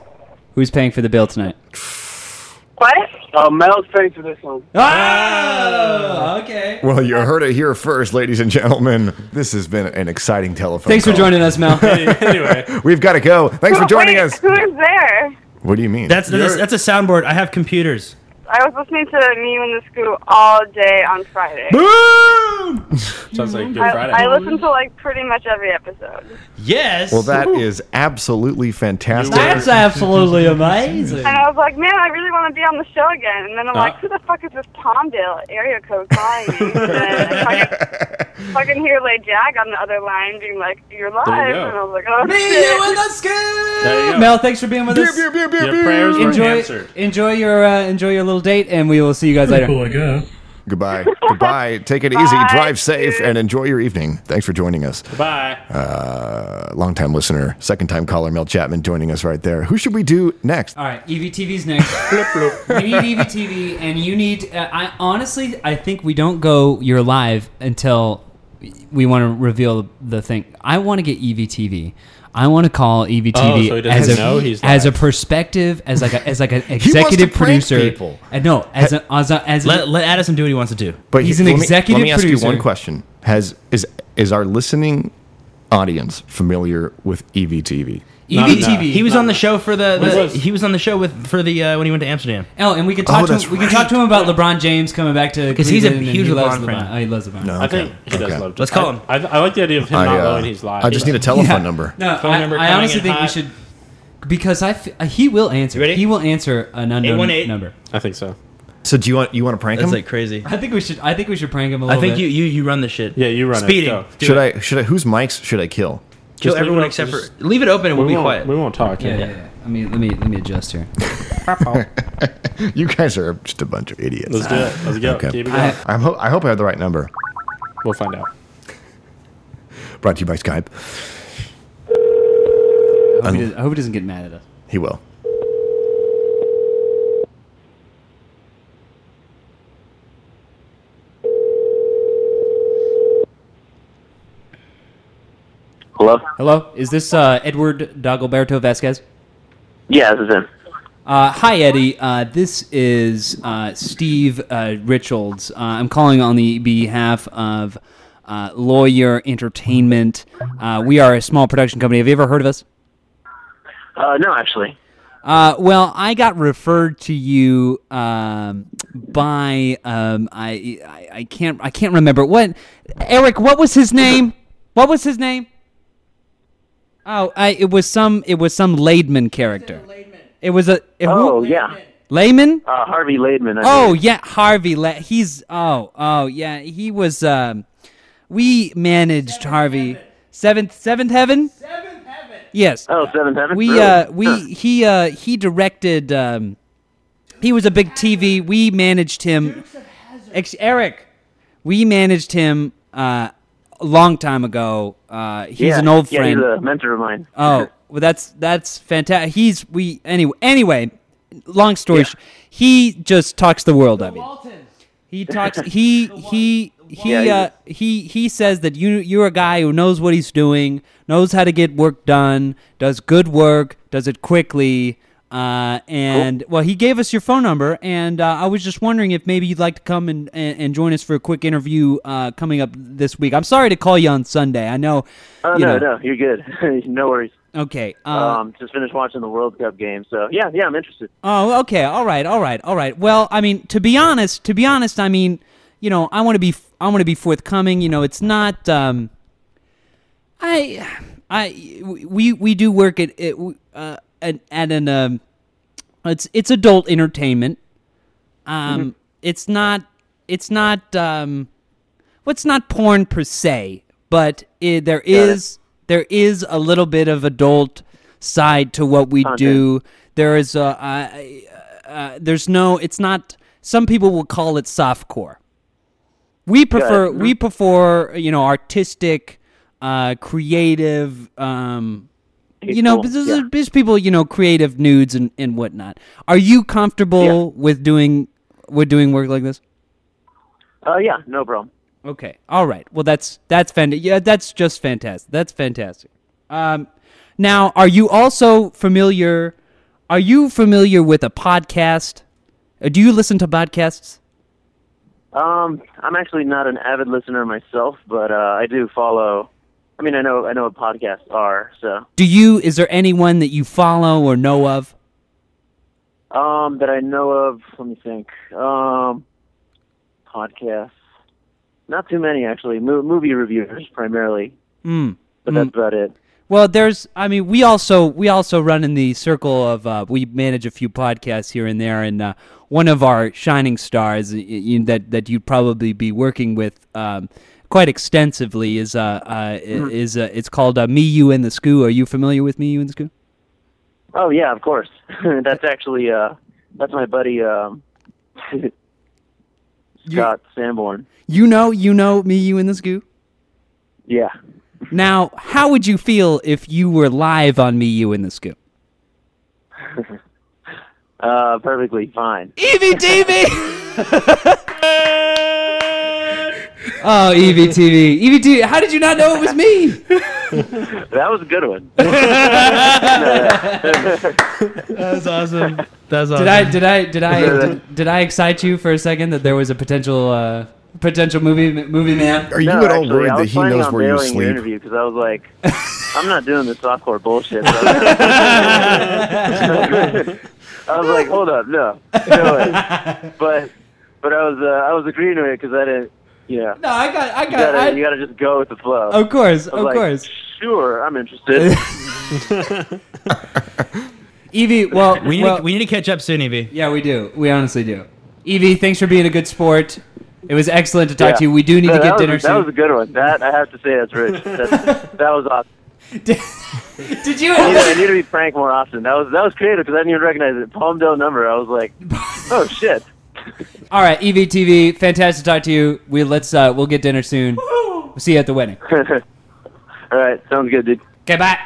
Speaker 2: Who's paying for the bill tonight?
Speaker 8: What?
Speaker 10: Uh, Mel's paying for this one.
Speaker 2: Oh, okay.
Speaker 1: Well, you heard it here first, ladies and gentlemen. This has been an exciting telephone.
Speaker 2: Thanks for
Speaker 1: call.
Speaker 2: joining us, Mel.
Speaker 4: anyway,
Speaker 1: We've got to go. Thanks for joining
Speaker 8: Wait,
Speaker 1: us.
Speaker 8: Who is there?
Speaker 1: What do you mean?
Speaker 3: That's that's, that's a soundboard. I have computers.
Speaker 8: I was listening to Me in the Scoop all day on Friday.
Speaker 4: sounds like Good Friday.
Speaker 8: I, I listened to like pretty much every episode.
Speaker 3: Yes.
Speaker 1: Well, that is absolutely fantastic.
Speaker 2: That's absolutely amazing.
Speaker 8: And I was like, man, I really want to be on the show again. And then I'm
Speaker 4: Uh.
Speaker 8: like, who the fuck is this Palmdale area code calling me? and then I fucking, fucking hear Lay Jag on the other line being like, you're live.
Speaker 4: There you
Speaker 8: And
Speaker 4: go.
Speaker 8: I was like, oh,
Speaker 2: you in
Speaker 8: shit.
Speaker 2: the scoop.
Speaker 4: There you go.
Speaker 2: Mel, thanks for being with us.
Speaker 4: Your prayers were
Speaker 2: enjoy,
Speaker 4: answered.
Speaker 2: enjoy your uh, enjoy your little date, and we will see you guys later.
Speaker 1: Goodbye. Goodbye. Take it easy.
Speaker 8: Bye,
Speaker 1: Drive safe
Speaker 8: dude.
Speaker 1: and enjoy your evening. Thanks for joining us.
Speaker 4: Bye.
Speaker 1: Uh, longtime listener, second time caller, Mel Chapman joining us right there. Who should we do next?
Speaker 2: All right, E EVTV's next. we need E EVTV, and you need. Uh, I honestly, I think we don't go. You're live until we want to reveal the thing. I want to get E EVTV. I want to call E EVTV
Speaker 4: Oh, so he doesn't
Speaker 2: as a
Speaker 4: know he's
Speaker 2: as a perspective, as like a, as like an
Speaker 4: wants to
Speaker 2: executive
Speaker 4: prank
Speaker 2: producer.
Speaker 4: people.
Speaker 2: And no, as an as a, as
Speaker 3: Let,
Speaker 2: a,
Speaker 3: let Addison do what he wants to do.
Speaker 1: But
Speaker 2: He's
Speaker 1: he-
Speaker 2: an
Speaker 1: let me-
Speaker 2: executive
Speaker 1: Let me ask
Speaker 2: producer.
Speaker 1: you one question: Has is is our listening audience familiar with E EVTV?
Speaker 2: EVTV.
Speaker 3: He was on the show for the,
Speaker 2: What
Speaker 3: the-
Speaker 2: is this?
Speaker 3: he was on the show with for the uh, when he went to Amsterdam.
Speaker 2: Oh, and we can talk
Speaker 3: Oh,
Speaker 2: to him,
Speaker 3: that's
Speaker 2: we can talk to him about LeBron James coming back to
Speaker 3: 'Cause he's a
Speaker 2: Cleveland and
Speaker 3: huge
Speaker 2: he loves
Speaker 3: LeBron fan.
Speaker 2: Oh, he loves LeBron.
Speaker 4: I think he does love.
Speaker 3: Let's call him.
Speaker 4: I, I, I like the idea of him
Speaker 1: I,
Speaker 4: not
Speaker 1: uh,
Speaker 4: knowing he's live.
Speaker 1: I just need a telephone number.
Speaker 2: No,
Speaker 4: Phone
Speaker 2: I,
Speaker 4: number
Speaker 2: I
Speaker 4: coming
Speaker 2: honestly
Speaker 4: in
Speaker 2: think we
Speaker 4: hot.
Speaker 2: should because I f- uh, he will answer. He will answer an unknown
Speaker 3: 818.
Speaker 2: number.
Speaker 4: I think so.
Speaker 1: So do you want you want to prank
Speaker 3: That's
Speaker 1: him?
Speaker 3: like crazy.
Speaker 2: I think we should. I think we should prank him a
Speaker 3: I
Speaker 2: little
Speaker 3: think
Speaker 2: bit.
Speaker 3: you you you run the shit.
Speaker 4: Yeah, you run
Speaker 3: Speeding.
Speaker 4: it. Go.
Speaker 3: Do
Speaker 1: should
Speaker 3: it.
Speaker 1: I should I whose mics should I kill?
Speaker 3: kill
Speaker 4: leave it
Speaker 3: everyone
Speaker 4: up,
Speaker 3: except
Speaker 4: just-
Speaker 3: for leave it open and we'll
Speaker 4: we
Speaker 3: be
Speaker 4: won't-
Speaker 3: quiet.
Speaker 4: We won't talk.
Speaker 2: Yeah, yeah, yeah. I mean, let me let me adjust here.
Speaker 1: You guys are just a bunch of idiots.
Speaker 4: Let's do it. Let's go.
Speaker 1: Okay.
Speaker 4: Keep it going.
Speaker 2: I,
Speaker 1: I'm ho- I hope I have the right number.
Speaker 4: We'll find out.
Speaker 1: Brought to you by Skype.
Speaker 2: hope
Speaker 1: Um,
Speaker 2: he does- I hope he doesn't get mad at us.
Speaker 1: He will.
Speaker 11: Hello?
Speaker 2: Hello, is this uh, Edward Dagoberto Vasquez?
Speaker 11: Yeah, this is him.
Speaker 2: Uh, hi, Eddie. Uh, this is uh, Steve uh, Richards. Uh, I'm calling on the behalf of uh, Lawyer Entertainment. Uh, we are a small production company. Have you ever heard of us?
Speaker 11: Uh, no, actually.
Speaker 2: Uh, well, I got referred to you um, by um, I, I I can't I can't remember what Eric. What was his name? What was his name? Oh, I, it was some it was some Laidman character. It was a it,
Speaker 11: Oh, yeah.
Speaker 2: Layman.
Speaker 11: Uh, Harvey Laidman. I
Speaker 2: Oh
Speaker 11: believe.
Speaker 2: yeah, Harvey. La- he's oh oh yeah. He was. Um, we managed Harvey. Seventh seventh heaven. Seventh heaven. Yes.
Speaker 11: Oh, Seventh Heaven.
Speaker 2: We
Speaker 11: Really?
Speaker 2: uh we
Speaker 11: Huh.
Speaker 2: he uh he directed. Um, he was a big TV. We managed him. Ex- Eric. We managed him uh, a long time ago. Uh, he's
Speaker 11: yeah.
Speaker 2: an old
Speaker 11: yeah,
Speaker 2: friend.
Speaker 11: He's a mentor of mine.
Speaker 2: Oh, well, that's that's fantastic. He's we anyway. Anyway, long story. sh He just talks the world of you. He talks. He he he
Speaker 11: Yeah, he
Speaker 2: uh, he he says that you you're a guy who knows what he's doing, knows how to get work done, does good work, does it quickly. Uh, and well, he gave us your phone number, and uh, I was just wondering if maybe you'd like to come and, and, and join us for a quick interview uh, coming up this week. I'm sorry to call you on Sunday. I know.
Speaker 11: Oh,
Speaker 2: you
Speaker 11: no,
Speaker 2: know.
Speaker 11: no, you're good. no worries.
Speaker 2: Okay. Uh,
Speaker 11: um, just finished watching the World Cup game, so yeah, yeah, I'm interested.
Speaker 2: Oh, okay. All right. All right. All right. Well, I mean, to be honest, to be honest, I mean, you know, I want to be, I want to be forthcoming. You know, it's not, um, I, I, we, we do work at, it, uh, at, at an, um, it's, it's adult entertainment. Um, it's not, it's not, um, well, it's not porn per se, but it, there is there is a little bit of adult side to what we do. There is a I- I- uh, there's no it's not. Some people will call it softcore. We prefer
Speaker 11: Mhm.
Speaker 2: we prefer you know artistic, uh, creative. Um, you know,
Speaker 11: Tasteful,
Speaker 2: there's,
Speaker 11: yeah.
Speaker 2: there's people you know creative nudes and, and whatnot. Are you comfortable with doing with doing work like this?
Speaker 11: Uh, yeah, no problem.
Speaker 2: Okay. All right. Well, that's that's fantastic. Yeah, that's just fantastic. That's fantastic. Um, now, are you also familiar? Are you familiar with a podcast? Uh, Do you listen to podcasts?
Speaker 11: Um, I'm actually not an avid listener myself, but uh, I do follow. I mean, I know, I know what podcasts are. So,
Speaker 2: Do you? Is there anyone that you follow or know of?
Speaker 11: um, that I know of. Let me think. Um, podcasts. Not too many actually. Mo- movie reviewers primarily,
Speaker 2: Hmm.
Speaker 11: but
Speaker 2: Mm.
Speaker 11: that's about it.
Speaker 2: Well, there's. I mean, we also we also run in the circle of uh, we manage a few podcasts here and there, and uh, one of our shining stars y- y- that that you'd probably be working with um, quite extensively is uh, uh, is uh, it's called uh, Me You and the Scoo. Are you familiar with Me You and the Scoo?
Speaker 11: Oh yeah, of course. that's actually uh that's my buddy um Scott Sanborn.
Speaker 2: You know, you know Me You and the Scoo.
Speaker 11: Yeah.
Speaker 2: Now, how would you feel if you were live on Me You and the Scoo?
Speaker 11: Uh perfectly fine.
Speaker 2: Evie Davy. Oh, EVTV. EVTV, how did you not know it was me?
Speaker 11: that was a good one.
Speaker 3: That's awesome. That's awesome.
Speaker 2: Did I did I did I did, did I excite you for a second that there was a potential uh, potential movie movie man?
Speaker 1: Are you
Speaker 11: no,
Speaker 1: at all
Speaker 11: actually,
Speaker 1: worried
Speaker 11: I
Speaker 1: that
Speaker 11: was
Speaker 1: he
Speaker 11: planning
Speaker 1: knows
Speaker 11: on
Speaker 1: where you
Speaker 11: bailing your
Speaker 1: sleep?
Speaker 11: interview because I was like, I'm not doing this softcore bullshit. So I was like, hold up, no, no way. But but I was uh, I was agreeing to it because I didn't, you know.
Speaker 2: No, I got I
Speaker 11: you
Speaker 2: got
Speaker 11: gotta,
Speaker 2: I-
Speaker 11: you gotta just go with the flow.
Speaker 2: Of course,
Speaker 11: I was
Speaker 2: of
Speaker 11: like,
Speaker 2: course.
Speaker 11: Sure, I'm interested.
Speaker 2: Evie, E well,
Speaker 3: We need,
Speaker 2: well
Speaker 3: to, we need to catch up soon, E Evie.
Speaker 2: yeah, we do. We honestly do. Evie, thanks for being a good sport. It was excellent to talk
Speaker 11: Yeah.
Speaker 2: to you. We do need
Speaker 11: No,
Speaker 2: to
Speaker 11: that
Speaker 2: get
Speaker 11: was,
Speaker 2: dinner
Speaker 11: That
Speaker 2: soon.
Speaker 11: was a good one. That I have to say, that's rich. That's, that was awesome.
Speaker 2: Did you?
Speaker 11: I need, I need to be frank more often. That was that was creative because I didn't even recognize it. Palmdale number. I was like, oh shit.
Speaker 2: All right, E EVTV, fantastic to talk to you. We let's uh, we'll get dinner soon. We'll see you at the wedding.
Speaker 11: All right, sounds good, dude.
Speaker 2: Okay, bye.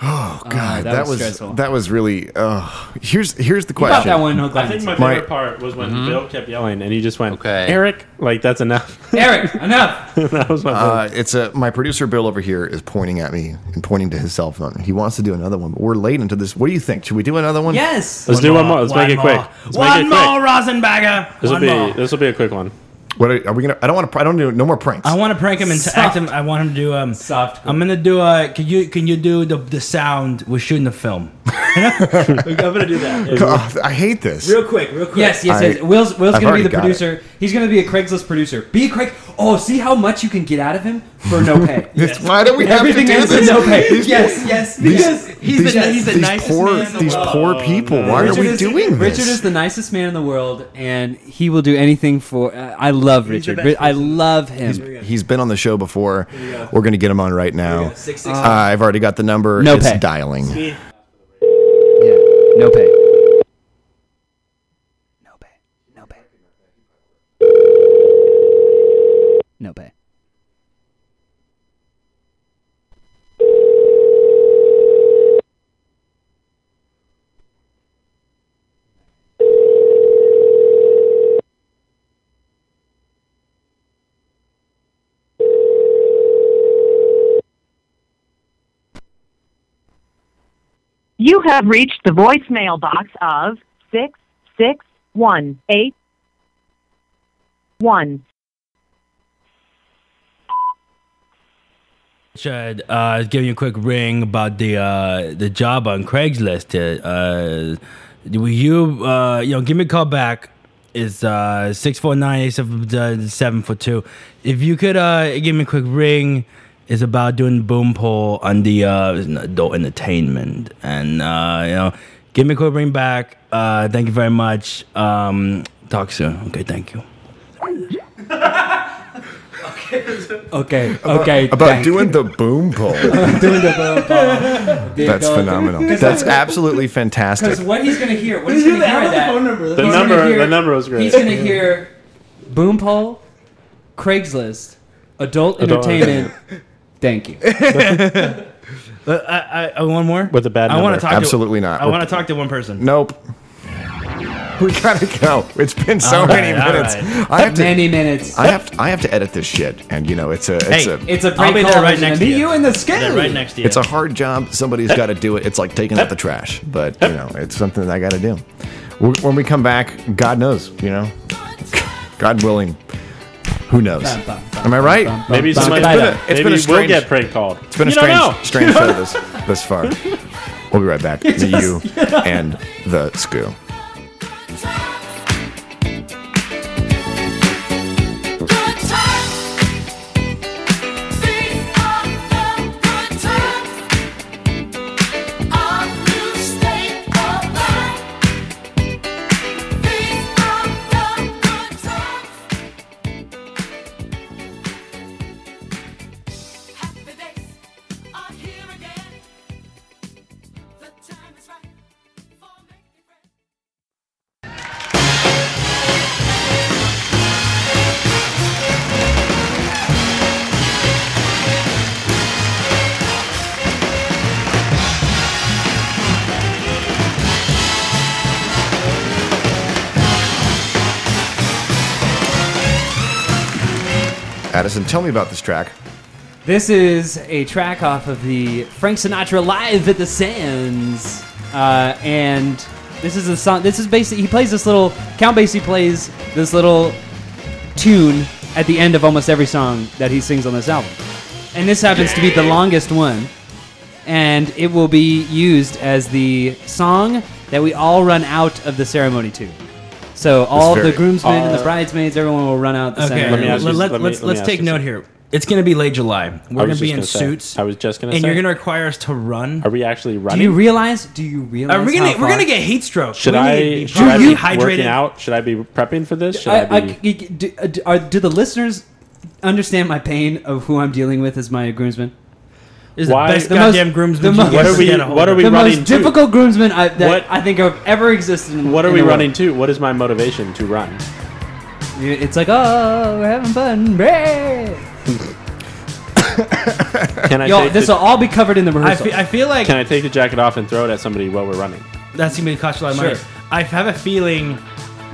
Speaker 1: Oh God,
Speaker 2: that
Speaker 1: that,
Speaker 2: was
Speaker 1: was,
Speaker 2: stressful.
Speaker 1: that was really. Oh, here's here's the
Speaker 2: got
Speaker 1: question.
Speaker 2: that one, Hook, line,
Speaker 4: I think my
Speaker 1: My-
Speaker 4: favorite part was when Bill kept yelling and he just went,
Speaker 1: Okay.
Speaker 4: Eric, like that's enough.
Speaker 2: Eric, enough.
Speaker 4: that was my
Speaker 1: Uh, it's a my producer Bill over here is pointing at me and pointing to his cell phone. He wants to do another one, but we're late into this. What do you think? Should we do another one?
Speaker 2: Yes.
Speaker 4: Let's do one more. Let's make it quick. Let's make it
Speaker 3: One
Speaker 4: quick.
Speaker 3: more Rosenbagger.
Speaker 4: This will
Speaker 3: One
Speaker 4: be
Speaker 3: more.
Speaker 4: this will be a quick one.
Speaker 1: What are, are we gonna? I don't want to. I don't do no more pranks.
Speaker 3: I want to prank him and
Speaker 2: Soft.
Speaker 3: act him. I want him to do um.
Speaker 2: Soft.
Speaker 3: I'm gonna do a. Can you can you do the the sound? We're shooting the film. I'm gonna do that
Speaker 1: God, I hate this.
Speaker 3: real quick, real quick.
Speaker 2: Yes, yes,
Speaker 1: I-
Speaker 2: yes. Will's Will's
Speaker 1: I've
Speaker 2: gonna be
Speaker 1: already
Speaker 2: the
Speaker 1: got
Speaker 2: producer. He's gonna be a Craigslist producer. Be Craig. Oh, see how much you can get out of him for no pay.
Speaker 1: This- Why do we have
Speaker 2: Everything
Speaker 1: to do
Speaker 2: is
Speaker 1: this?
Speaker 2: no pay.
Speaker 1: These
Speaker 2: yes, yes, yes.
Speaker 3: He's
Speaker 1: these,
Speaker 3: the- he's the
Speaker 1: these
Speaker 3: nicest
Speaker 1: poor,
Speaker 3: man in the
Speaker 1: These
Speaker 3: world.
Speaker 1: poor people. Why
Speaker 2: Richard
Speaker 1: are we
Speaker 2: is-
Speaker 1: doing this?
Speaker 2: Richard is the nicest man in the world, and he will do anything for. Uh, I love
Speaker 3: the
Speaker 2: Richard.
Speaker 3: best
Speaker 2: Ri- I love him.
Speaker 1: He's been on the show before. We're gonna get him on right now.
Speaker 3: Six, six,
Speaker 1: Uh, I've already got the number.
Speaker 2: No
Speaker 1: it's
Speaker 2: pay.
Speaker 1: dialing.
Speaker 2: Yeah, no pay. No pay. No pay. No pay.
Speaker 12: You have reached the voicemail box of six six one eight one.
Speaker 3: Should uh, give you a quick ring about the uh, the job on Craigslist. Uh, uh, will you uh, you know give me a call back? It's uh, six four nine eight seven uh, seven four two. If you could uh, give me a quick ring, it's about doing boom poll on the uh, adult entertainment, and uh, you know, give me a quick ring back. Uh, thank you very much. Um, talk soon. Okay, thank you.
Speaker 2: Okay. Okay.
Speaker 1: About doing the boom poll. That's
Speaker 2: Because-
Speaker 1: phenomenal. That's absolutely
Speaker 2: Because
Speaker 1: fantastic.
Speaker 2: what he's gonna hear, what he's gonna hear at that,
Speaker 4: The
Speaker 2: He's
Speaker 4: number
Speaker 2: gonna hear-
Speaker 4: the number was great.
Speaker 2: he's gonna hear boom poll, Craigslist, adult,
Speaker 4: Adult
Speaker 2: entertainment. Thank you.
Speaker 3: Uh, I, I, I one more
Speaker 4: With a bad
Speaker 3: I want
Speaker 4: number.
Speaker 3: to talk.
Speaker 1: Absolutely
Speaker 3: to,
Speaker 1: not.
Speaker 3: I want to talk to one person.
Speaker 1: Nope. We gotta go. It's been so
Speaker 3: All right,
Speaker 1: many
Speaker 3: all
Speaker 1: minutes.
Speaker 3: right.
Speaker 1: I have to.
Speaker 2: Many minutes.
Speaker 1: I have to, I have to edit this shit, and you know it's a it's
Speaker 3: Hey,
Speaker 1: a
Speaker 2: It's a
Speaker 3: I'll
Speaker 2: prank
Speaker 3: be
Speaker 2: call.
Speaker 3: there right
Speaker 2: I'm gonna
Speaker 3: next to
Speaker 2: meet
Speaker 3: you.
Speaker 2: you in the skin.
Speaker 3: They're right next to you.
Speaker 1: it's a hard job. Somebody's got to do it. It's like taking out the trash, but you know it's something that I got to do. Wh- When we come back, God knows, you know, God willing, who knows?
Speaker 2: Bum, bum, bum,
Speaker 1: Am I right?
Speaker 4: Maybe
Speaker 2: Bum,
Speaker 4: somebody
Speaker 2: bum,
Speaker 4: maybe
Speaker 2: bum.
Speaker 1: It's been a
Speaker 4: we'll
Speaker 1: strange-
Speaker 4: get prank called.
Speaker 1: It's been a
Speaker 4: You don't
Speaker 1: strange,
Speaker 4: know.
Speaker 1: strange show this this far. We'll be right back. to you and the screw.
Speaker 13: Time is right for making friends.
Speaker 1: Addison, tell me about this track.
Speaker 2: This is a track off of the Frank Sinatra Live at the Sands, uh, and this is a song. This is basically he plays this little Count Basie plays this little tune at the end of almost every song that he sings on this album, and this happens to be the longest one, and it will be used as the song that we all run out of the ceremony to. So all the
Speaker 3: It's very-
Speaker 2: groomsmen and the
Speaker 3: Uh,
Speaker 2: bridesmaids, everyone will run out. The
Speaker 3: Okay,
Speaker 2: ceremony.
Speaker 3: let us let's, let's take note here. It's going to be late July. We're going to be in suits.
Speaker 4: I was just going to
Speaker 3: and
Speaker 4: say.
Speaker 3: you're going to require us to run.
Speaker 4: Are we actually running?
Speaker 2: Do you realize? Do you realize?
Speaker 3: Are we gonna-
Speaker 2: how
Speaker 3: we're
Speaker 2: far-
Speaker 3: gonna get heat stroke.
Speaker 4: Should
Speaker 3: We're gonna
Speaker 4: I?
Speaker 3: be
Speaker 4: Should I
Speaker 2: You-
Speaker 4: be
Speaker 2: hydrated.
Speaker 4: working out? Should I be prepping for this? Should I,
Speaker 2: I, I,
Speaker 4: be?
Speaker 2: I- do, uh, do- are, do the listeners understand my pain of who I'm dealing with as my groomsman?
Speaker 4: Is the Why- best goddamn groomsman you What are we- get a hold what are we
Speaker 2: the
Speaker 4: running
Speaker 2: most
Speaker 4: to?
Speaker 2: difficult groomsman I, that
Speaker 4: What-
Speaker 2: I think I've ever existed. In,
Speaker 4: what are
Speaker 2: in
Speaker 4: we
Speaker 2: the world.
Speaker 4: running to? What is my motivation to run?
Speaker 2: It's like, oh, we're having fun.
Speaker 4: Can I?
Speaker 2: Yo,
Speaker 4: take
Speaker 2: this
Speaker 4: the-
Speaker 2: will all be covered in the rehearsal.
Speaker 3: I feel like-
Speaker 4: Can I take the jacket off and throw it at somebody while we're running?
Speaker 3: That's going to be the cost of a lot of
Speaker 4: Sure.
Speaker 3: money. I have a feeling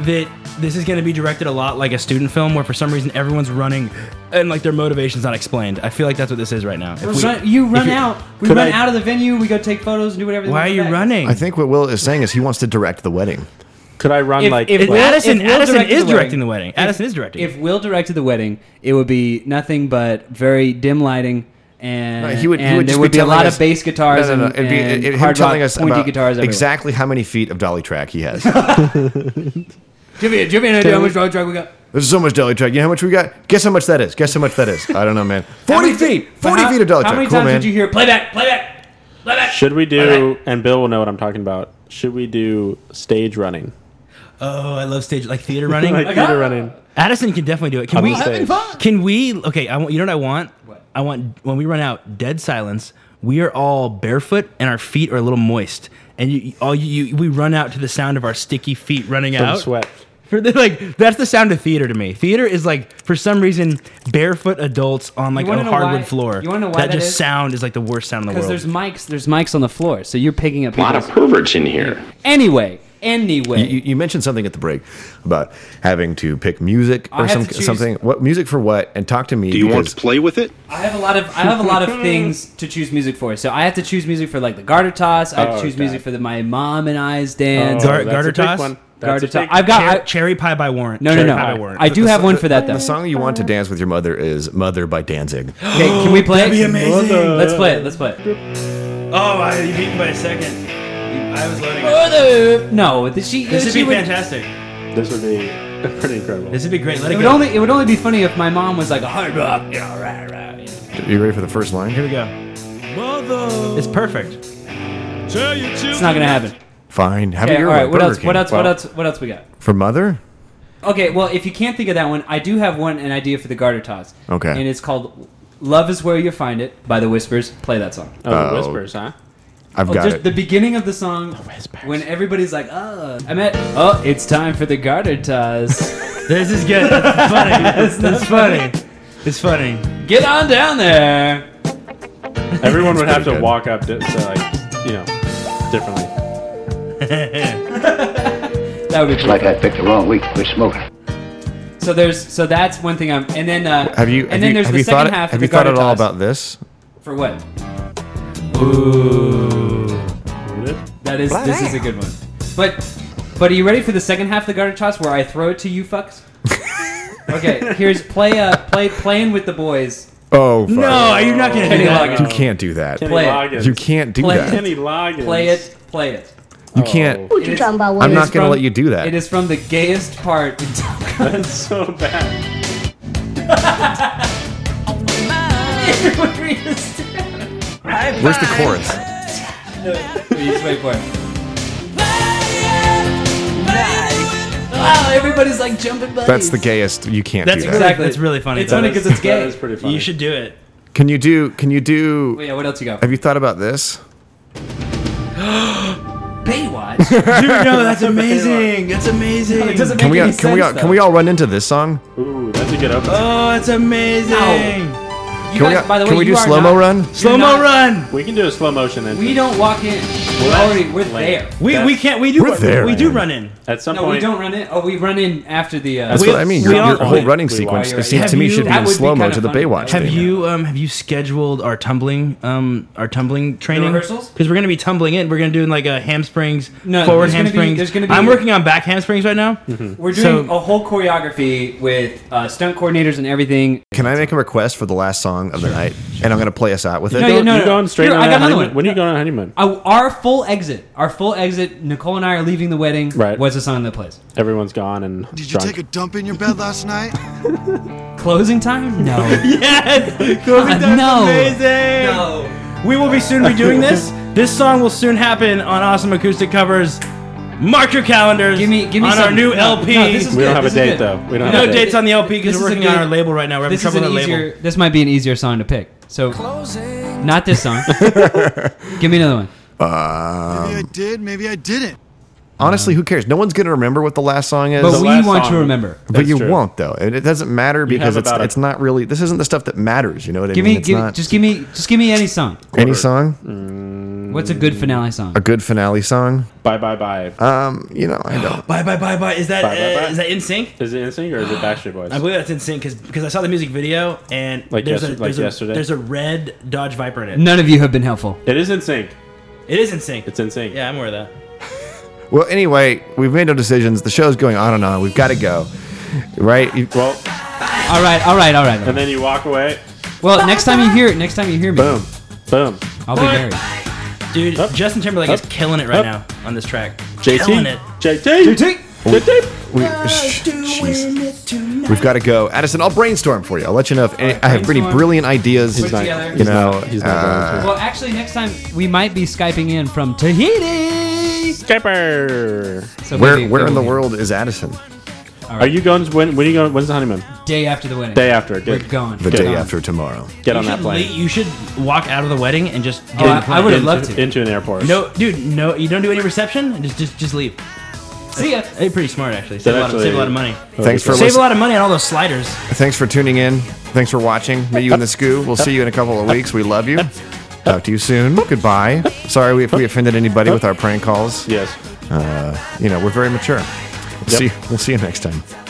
Speaker 3: that this is going to be directed a lot like a student film where for some reason everyone's running and like their motivation's not explained. I feel like that's what this is right now. If
Speaker 2: We're
Speaker 3: we-
Speaker 2: run- you
Speaker 3: if
Speaker 2: run
Speaker 3: you-
Speaker 2: out. We
Speaker 3: Could
Speaker 2: run
Speaker 3: I-
Speaker 2: out of the venue. We go take photos and do whatever.
Speaker 3: Why are you running?
Speaker 1: I think what Will is saying is he wants to direct the wedding.
Speaker 4: Could I run
Speaker 2: If- like- if Will-
Speaker 3: Addison,
Speaker 2: if Will
Speaker 3: Addison
Speaker 2: directed
Speaker 3: is
Speaker 2: the
Speaker 3: directing the
Speaker 2: wedding.
Speaker 3: wedding.
Speaker 2: If-
Speaker 3: Addison is directing.
Speaker 2: If Will directed the wedding, it would be nothing but very dim lighting, and,
Speaker 1: No, he would.
Speaker 2: and
Speaker 1: he would
Speaker 2: there
Speaker 1: just
Speaker 2: would be, a
Speaker 1: telling
Speaker 2: lot
Speaker 1: us-
Speaker 2: of bass guitars
Speaker 1: No, no, no.
Speaker 2: and,
Speaker 1: It'd be-
Speaker 2: and
Speaker 1: it- him
Speaker 2: hard
Speaker 1: telling
Speaker 2: rock
Speaker 1: us
Speaker 2: pointy
Speaker 1: about
Speaker 2: guitars. everywhere.
Speaker 1: exactly how many feet of dolly track he has.
Speaker 2: Give me, give me an idea how much road track we got.
Speaker 1: There's so much dolly track. You know how much we got? Guess how much that is. Guess how much that is. I don't know, man. Forty feet. Forty
Speaker 2: How-
Speaker 1: feet of dolly
Speaker 2: How
Speaker 1: track.
Speaker 2: many
Speaker 1: cool,
Speaker 2: times
Speaker 1: man.
Speaker 2: did you hear playback, playback?
Speaker 4: Should we do? And Bill will know what I'm talking about. Should we do stage running?
Speaker 3: Oh, I love stage like theater running.
Speaker 4: Like Like, theater ah. running.
Speaker 3: Addison can definitely do it. Can
Speaker 4: On the
Speaker 3: we?
Speaker 4: stage. Having fun.
Speaker 3: Can we? Okay, I want. You know what I want? I want when we run out, dead silence. We are all barefoot and our feet are a little moist, and you, all you, you we run out to the sound of our sticky feet running
Speaker 4: From
Speaker 3: out.
Speaker 4: sweat.
Speaker 3: For the, like that's the sound of theater to me. Theater is like for some reason barefoot adults on like
Speaker 2: wanna
Speaker 3: a
Speaker 2: know
Speaker 3: hardwood
Speaker 2: why-
Speaker 3: floor.
Speaker 2: you wanna know why
Speaker 3: that
Speaker 2: that
Speaker 3: just
Speaker 2: is?
Speaker 3: sound is like the worst sound in the
Speaker 2: Because
Speaker 3: world.
Speaker 2: there's mics, there's mics on the floor, so you're picking up. people's-
Speaker 1: perverts in here.
Speaker 2: Anyway, anyway.
Speaker 1: You, you- you mentioned something at the break about having to pick music
Speaker 2: I
Speaker 1: or
Speaker 2: have
Speaker 1: some,
Speaker 2: to choose-
Speaker 1: something. What music for what? And talk to me.
Speaker 7: Do you want to
Speaker 1: because-
Speaker 7: play with it?
Speaker 2: I have a lot of I have a lot of things to choose music for. So I have to choose music for like the garter toss. I have
Speaker 3: Oh,
Speaker 2: to choose
Speaker 3: God.
Speaker 2: music for the my mom and I's
Speaker 4: Oh,
Speaker 2: dance.
Speaker 3: Gar- garter toss.
Speaker 2: Garter toss. I've got
Speaker 3: Cher- cherry pie by Warren.
Speaker 2: No, no,
Speaker 3: Cherry
Speaker 2: no.
Speaker 3: Pie by Warren.
Speaker 2: I do
Speaker 1: The
Speaker 2: have
Speaker 1: so-
Speaker 2: one for that,
Speaker 1: the-
Speaker 2: though.
Speaker 1: The song you
Speaker 2: Uh-huh.
Speaker 1: want to dance with your mother is "Mother" by Danzig.
Speaker 2: Okay, can we play
Speaker 3: That'd be
Speaker 2: it?
Speaker 3: amazing.
Speaker 2: Let's play it. Let's play it.
Speaker 3: Oh, I you beat me by a second. I was loading.
Speaker 2: No, th- she.
Speaker 3: This would
Speaker 2: she
Speaker 3: be
Speaker 2: Oh, would-
Speaker 3: fantastic.
Speaker 4: This would be pretty incredible.
Speaker 3: This would be great. Let
Speaker 2: It
Speaker 3: it
Speaker 2: would
Speaker 3: go.
Speaker 2: only it would only be funny if my mom was like a hard rock. Yeah, right, right.
Speaker 1: Are you ready for the first line? Here
Speaker 3: we go. It's perfect.
Speaker 2: It's not gonna happen.
Speaker 1: Fine. Have
Speaker 2: Okay,
Speaker 1: your
Speaker 2: all
Speaker 1: way,
Speaker 2: right. What
Speaker 1: Burger
Speaker 2: else? What
Speaker 1: King.
Speaker 2: else? What else? What else we got?
Speaker 1: For mother?
Speaker 2: Okay, well, if you can't think of that one, I do have one an idea for the garter toss.
Speaker 1: Okay.
Speaker 2: And it's called "Love Is Where You Find It" by the Whispers. Play that song.
Speaker 4: Oh, the whispers, huh?
Speaker 1: I've
Speaker 2: Oh,
Speaker 1: got
Speaker 2: just
Speaker 1: it.
Speaker 2: the beginning of the song when everybody's like, "Oh, I'm at oh, it's time for the garter toss."
Speaker 3: this is good. That's funny.
Speaker 2: That's
Speaker 3: That's funny. It's funny.
Speaker 2: Get on down there.
Speaker 4: Everyone would
Speaker 2: It's
Speaker 4: have to
Speaker 2: pretty good.
Speaker 4: walk up, di- so like, you know, differently.
Speaker 2: That would be pretty
Speaker 13: like I
Speaker 2: fun.
Speaker 13: picked the wrong week to quit smoking.
Speaker 2: So there's so that's one thing I'm and then uh,
Speaker 1: Have you?
Speaker 2: and
Speaker 1: have
Speaker 2: then
Speaker 1: you-
Speaker 2: there's
Speaker 1: have
Speaker 2: the
Speaker 1: you
Speaker 2: second
Speaker 1: thought?
Speaker 2: half
Speaker 1: Have
Speaker 2: of
Speaker 1: you
Speaker 2: the
Speaker 1: thought
Speaker 2: garter
Speaker 1: at all
Speaker 2: toss
Speaker 1: about this?
Speaker 2: for what? That is this is a good one. But but are you ready for the second half of the garter toss where I throw it to you fucks? okay, here's play uh play playing with the boys.
Speaker 1: Oh fuck.
Speaker 2: No, you're not gonna do Kenny that. Loggins.
Speaker 1: You can't do that.
Speaker 2: Kenny Play it. Loggins.
Speaker 1: You can't do
Speaker 2: Play
Speaker 1: that.
Speaker 2: it. Play it, play it.
Speaker 1: You can't.
Speaker 2: What you talking about?
Speaker 1: Will? I'm not gonna let you do that.
Speaker 2: It is from the gayest part in Top Gun. That's so bad.
Speaker 1: Where's the chorus?
Speaker 2: just wait for it. Wow, everybody's like jumping buddies.
Speaker 1: That's the gayest. You can't
Speaker 3: That's
Speaker 1: do that.
Speaker 3: exactly. It's really funny.
Speaker 2: It's funny 'cause it's gay. That is
Speaker 4: pretty
Speaker 3: You should do it.
Speaker 1: Can you do? Can you do?
Speaker 2: Yeah, what else you got?
Speaker 1: Have you thought about this?
Speaker 2: Baywatch.
Speaker 3: Dude, no, that's amazing. That's amazing.
Speaker 2: No, it doesn't
Speaker 1: Can we? all- Can we? all- Can we all run into this song?
Speaker 4: Ooh, that's a good open.
Speaker 3: Oh, it's amazing.
Speaker 1: Can we? Can we do slow mo run?
Speaker 3: Slow mo run.
Speaker 4: We can do a slow motion then.
Speaker 2: We don't walk in. We're already we're there.
Speaker 3: We, we can't we do
Speaker 1: We're there,
Speaker 3: we do
Speaker 1: man.
Speaker 3: run in
Speaker 4: at some
Speaker 2: no, we don't run in. Oh, we run in after the. Uh,
Speaker 1: That's what I mean. Your, your whole running sequence it seems to me should be in slow mo to the Baywatch.
Speaker 3: Have
Speaker 1: thing.
Speaker 3: you um have you scheduled our tumbling um our tumbling training
Speaker 2: rehearsals?
Speaker 3: Because we're gonna be tumbling in. We're gonna do like a hamstrings
Speaker 2: No,
Speaker 3: forward
Speaker 2: there's gonna be-
Speaker 3: hamstrings.
Speaker 2: there's gonna be- Mm-hmm.
Speaker 3: I'm working on back hamstrings right now.
Speaker 2: We're doing a whole choreography with uh, stunt coordinators and everything.
Speaker 1: Can I make a request for the last song of the night? And I'm going to play us out with it.
Speaker 2: No, you- no,
Speaker 4: You're
Speaker 2: no.
Speaker 4: going straight
Speaker 2: Here,
Speaker 4: on
Speaker 2: I
Speaker 4: a
Speaker 2: got another
Speaker 4: honeymoon.
Speaker 2: one.
Speaker 4: When are you going on a honeymoon?
Speaker 2: Uh, our full exit, our full exit. Nicole and I are leaving the wedding. Right. What's the song that plays?
Speaker 4: Everyone's gone and
Speaker 2: Did
Speaker 4: drunk.
Speaker 5: Take a dump in your bed last night?
Speaker 2: Closing time? No.
Speaker 3: yes, Closing time's
Speaker 2: Uh, no.
Speaker 3: amazing. We will be soon be doing this. This song will soon happen on Awesome Acoustic Covers. Mark your calendars give me,
Speaker 2: give me
Speaker 3: on our
Speaker 2: some-
Speaker 3: new
Speaker 2: no,
Speaker 3: LP.
Speaker 2: no, this is We don't good, have a this is date, good.
Speaker 4: though. We don't
Speaker 3: no
Speaker 4: have a date.
Speaker 3: dates on the LP
Speaker 2: This
Speaker 3: because we're
Speaker 2: is a
Speaker 3: working on
Speaker 2: good-
Speaker 3: our label right now. We're having
Speaker 2: this is
Speaker 3: trouble with
Speaker 2: an
Speaker 3: our
Speaker 2: easier-
Speaker 3: label.
Speaker 2: This might be an easier song to pick. So, not this song. Give me another one.
Speaker 5: maybe I did, maybe I didn't.
Speaker 1: Honestly, who cares? No one's going to remember what the last song is.
Speaker 2: But The we last want to song. remember.
Speaker 1: But
Speaker 2: That's
Speaker 1: you
Speaker 2: true.
Speaker 1: won't though. It, it doesn't matter because
Speaker 2: have
Speaker 1: it's
Speaker 2: about a-
Speaker 1: it's not really. This isn't the stuff that matters. You know what I
Speaker 2: give
Speaker 1: mean?
Speaker 2: me,
Speaker 1: It's
Speaker 2: give,
Speaker 1: not
Speaker 2: just give me, just give me any song.
Speaker 1: any song.
Speaker 2: Mm. What's a good finale song?
Speaker 1: A good finale song.
Speaker 4: Bye bye bye.
Speaker 1: Um, you know I don't.
Speaker 3: Bye bye bye bye. Is that
Speaker 4: Bye, bye,
Speaker 3: uh,
Speaker 4: bye.
Speaker 3: is that in sync?
Speaker 4: Is it NSYNC or is it Backstreet Boys?
Speaker 3: I believe that's in sync because I saw the music video and
Speaker 4: Like
Speaker 3: there's,
Speaker 4: yester-
Speaker 3: a,
Speaker 4: like
Speaker 3: there's, a,
Speaker 4: yesterday?
Speaker 3: there's a red Dodge Viper in it.
Speaker 2: None of you have been helpful.
Speaker 4: It is in sync.
Speaker 3: It is in sync.
Speaker 4: It's in sync.
Speaker 3: Yeah, I'm aware of that.
Speaker 1: Well, anyway, we've made no decisions. The show's going on and on. We've got to go. Right?
Speaker 4: Well,
Speaker 2: All right, all right, all right.
Speaker 4: And then you walk away.
Speaker 2: Well, next time you hear it, next time you hear me,
Speaker 4: boom, boom.
Speaker 2: I'll be married.
Speaker 3: Dude, Justin Timberlake
Speaker 2: Up.
Speaker 3: is killing it right
Speaker 2: Up.
Speaker 3: now on this track.
Speaker 1: JT.
Speaker 3: Killing it.
Speaker 4: JT.
Speaker 1: JT. We, have got to go. Addison, I'll brainstorm for you. I'll let you know if any, I have pretty
Speaker 2: brainstorm.
Speaker 1: brilliant ideas.
Speaker 2: Put it together.
Speaker 1: You know,
Speaker 4: He's not going
Speaker 1: uh,
Speaker 2: well, actually, next time we might be skyping in from Tahiti.
Speaker 4: Skyper.
Speaker 2: So
Speaker 1: where
Speaker 2: maybe
Speaker 1: where
Speaker 2: we
Speaker 1: in the
Speaker 2: will
Speaker 1: world is Addison?
Speaker 4: Are you going? When? When are you going? When's the honeymoon?
Speaker 2: Day after the wedding.
Speaker 4: Day after.
Speaker 2: We're
Speaker 4: Good.
Speaker 2: gone.
Speaker 1: The
Speaker 4: Good.
Speaker 1: day after tomorrow.
Speaker 4: Get on
Speaker 3: you
Speaker 4: that
Speaker 3: should
Speaker 4: plane.
Speaker 3: lea- you should walk out of the wedding and just.
Speaker 2: Oh, I- I would've loved to.
Speaker 4: Into an airport.
Speaker 3: No, dude, no, you don't do any reception. Just, just, just leave.
Speaker 2: See ya.
Speaker 3: Hey, pretty smart actually. Save, a, lot of,
Speaker 4: actually-
Speaker 3: save a lot of money.
Speaker 2: Oh,
Speaker 1: Thanks for
Speaker 3: save
Speaker 1: listening.
Speaker 3: a lot of money on all those sliders.
Speaker 1: Thanks for tuning in. Thanks for watching. Meet you in the scoo. We'll see you in a couple of weeks. We love you. Talk to you soon. Goodbye. Sorry if we offended anybody with our prank calls.
Speaker 4: Yes.
Speaker 1: Uh, you know, we're very mature. We'll, see, we'll see you next time.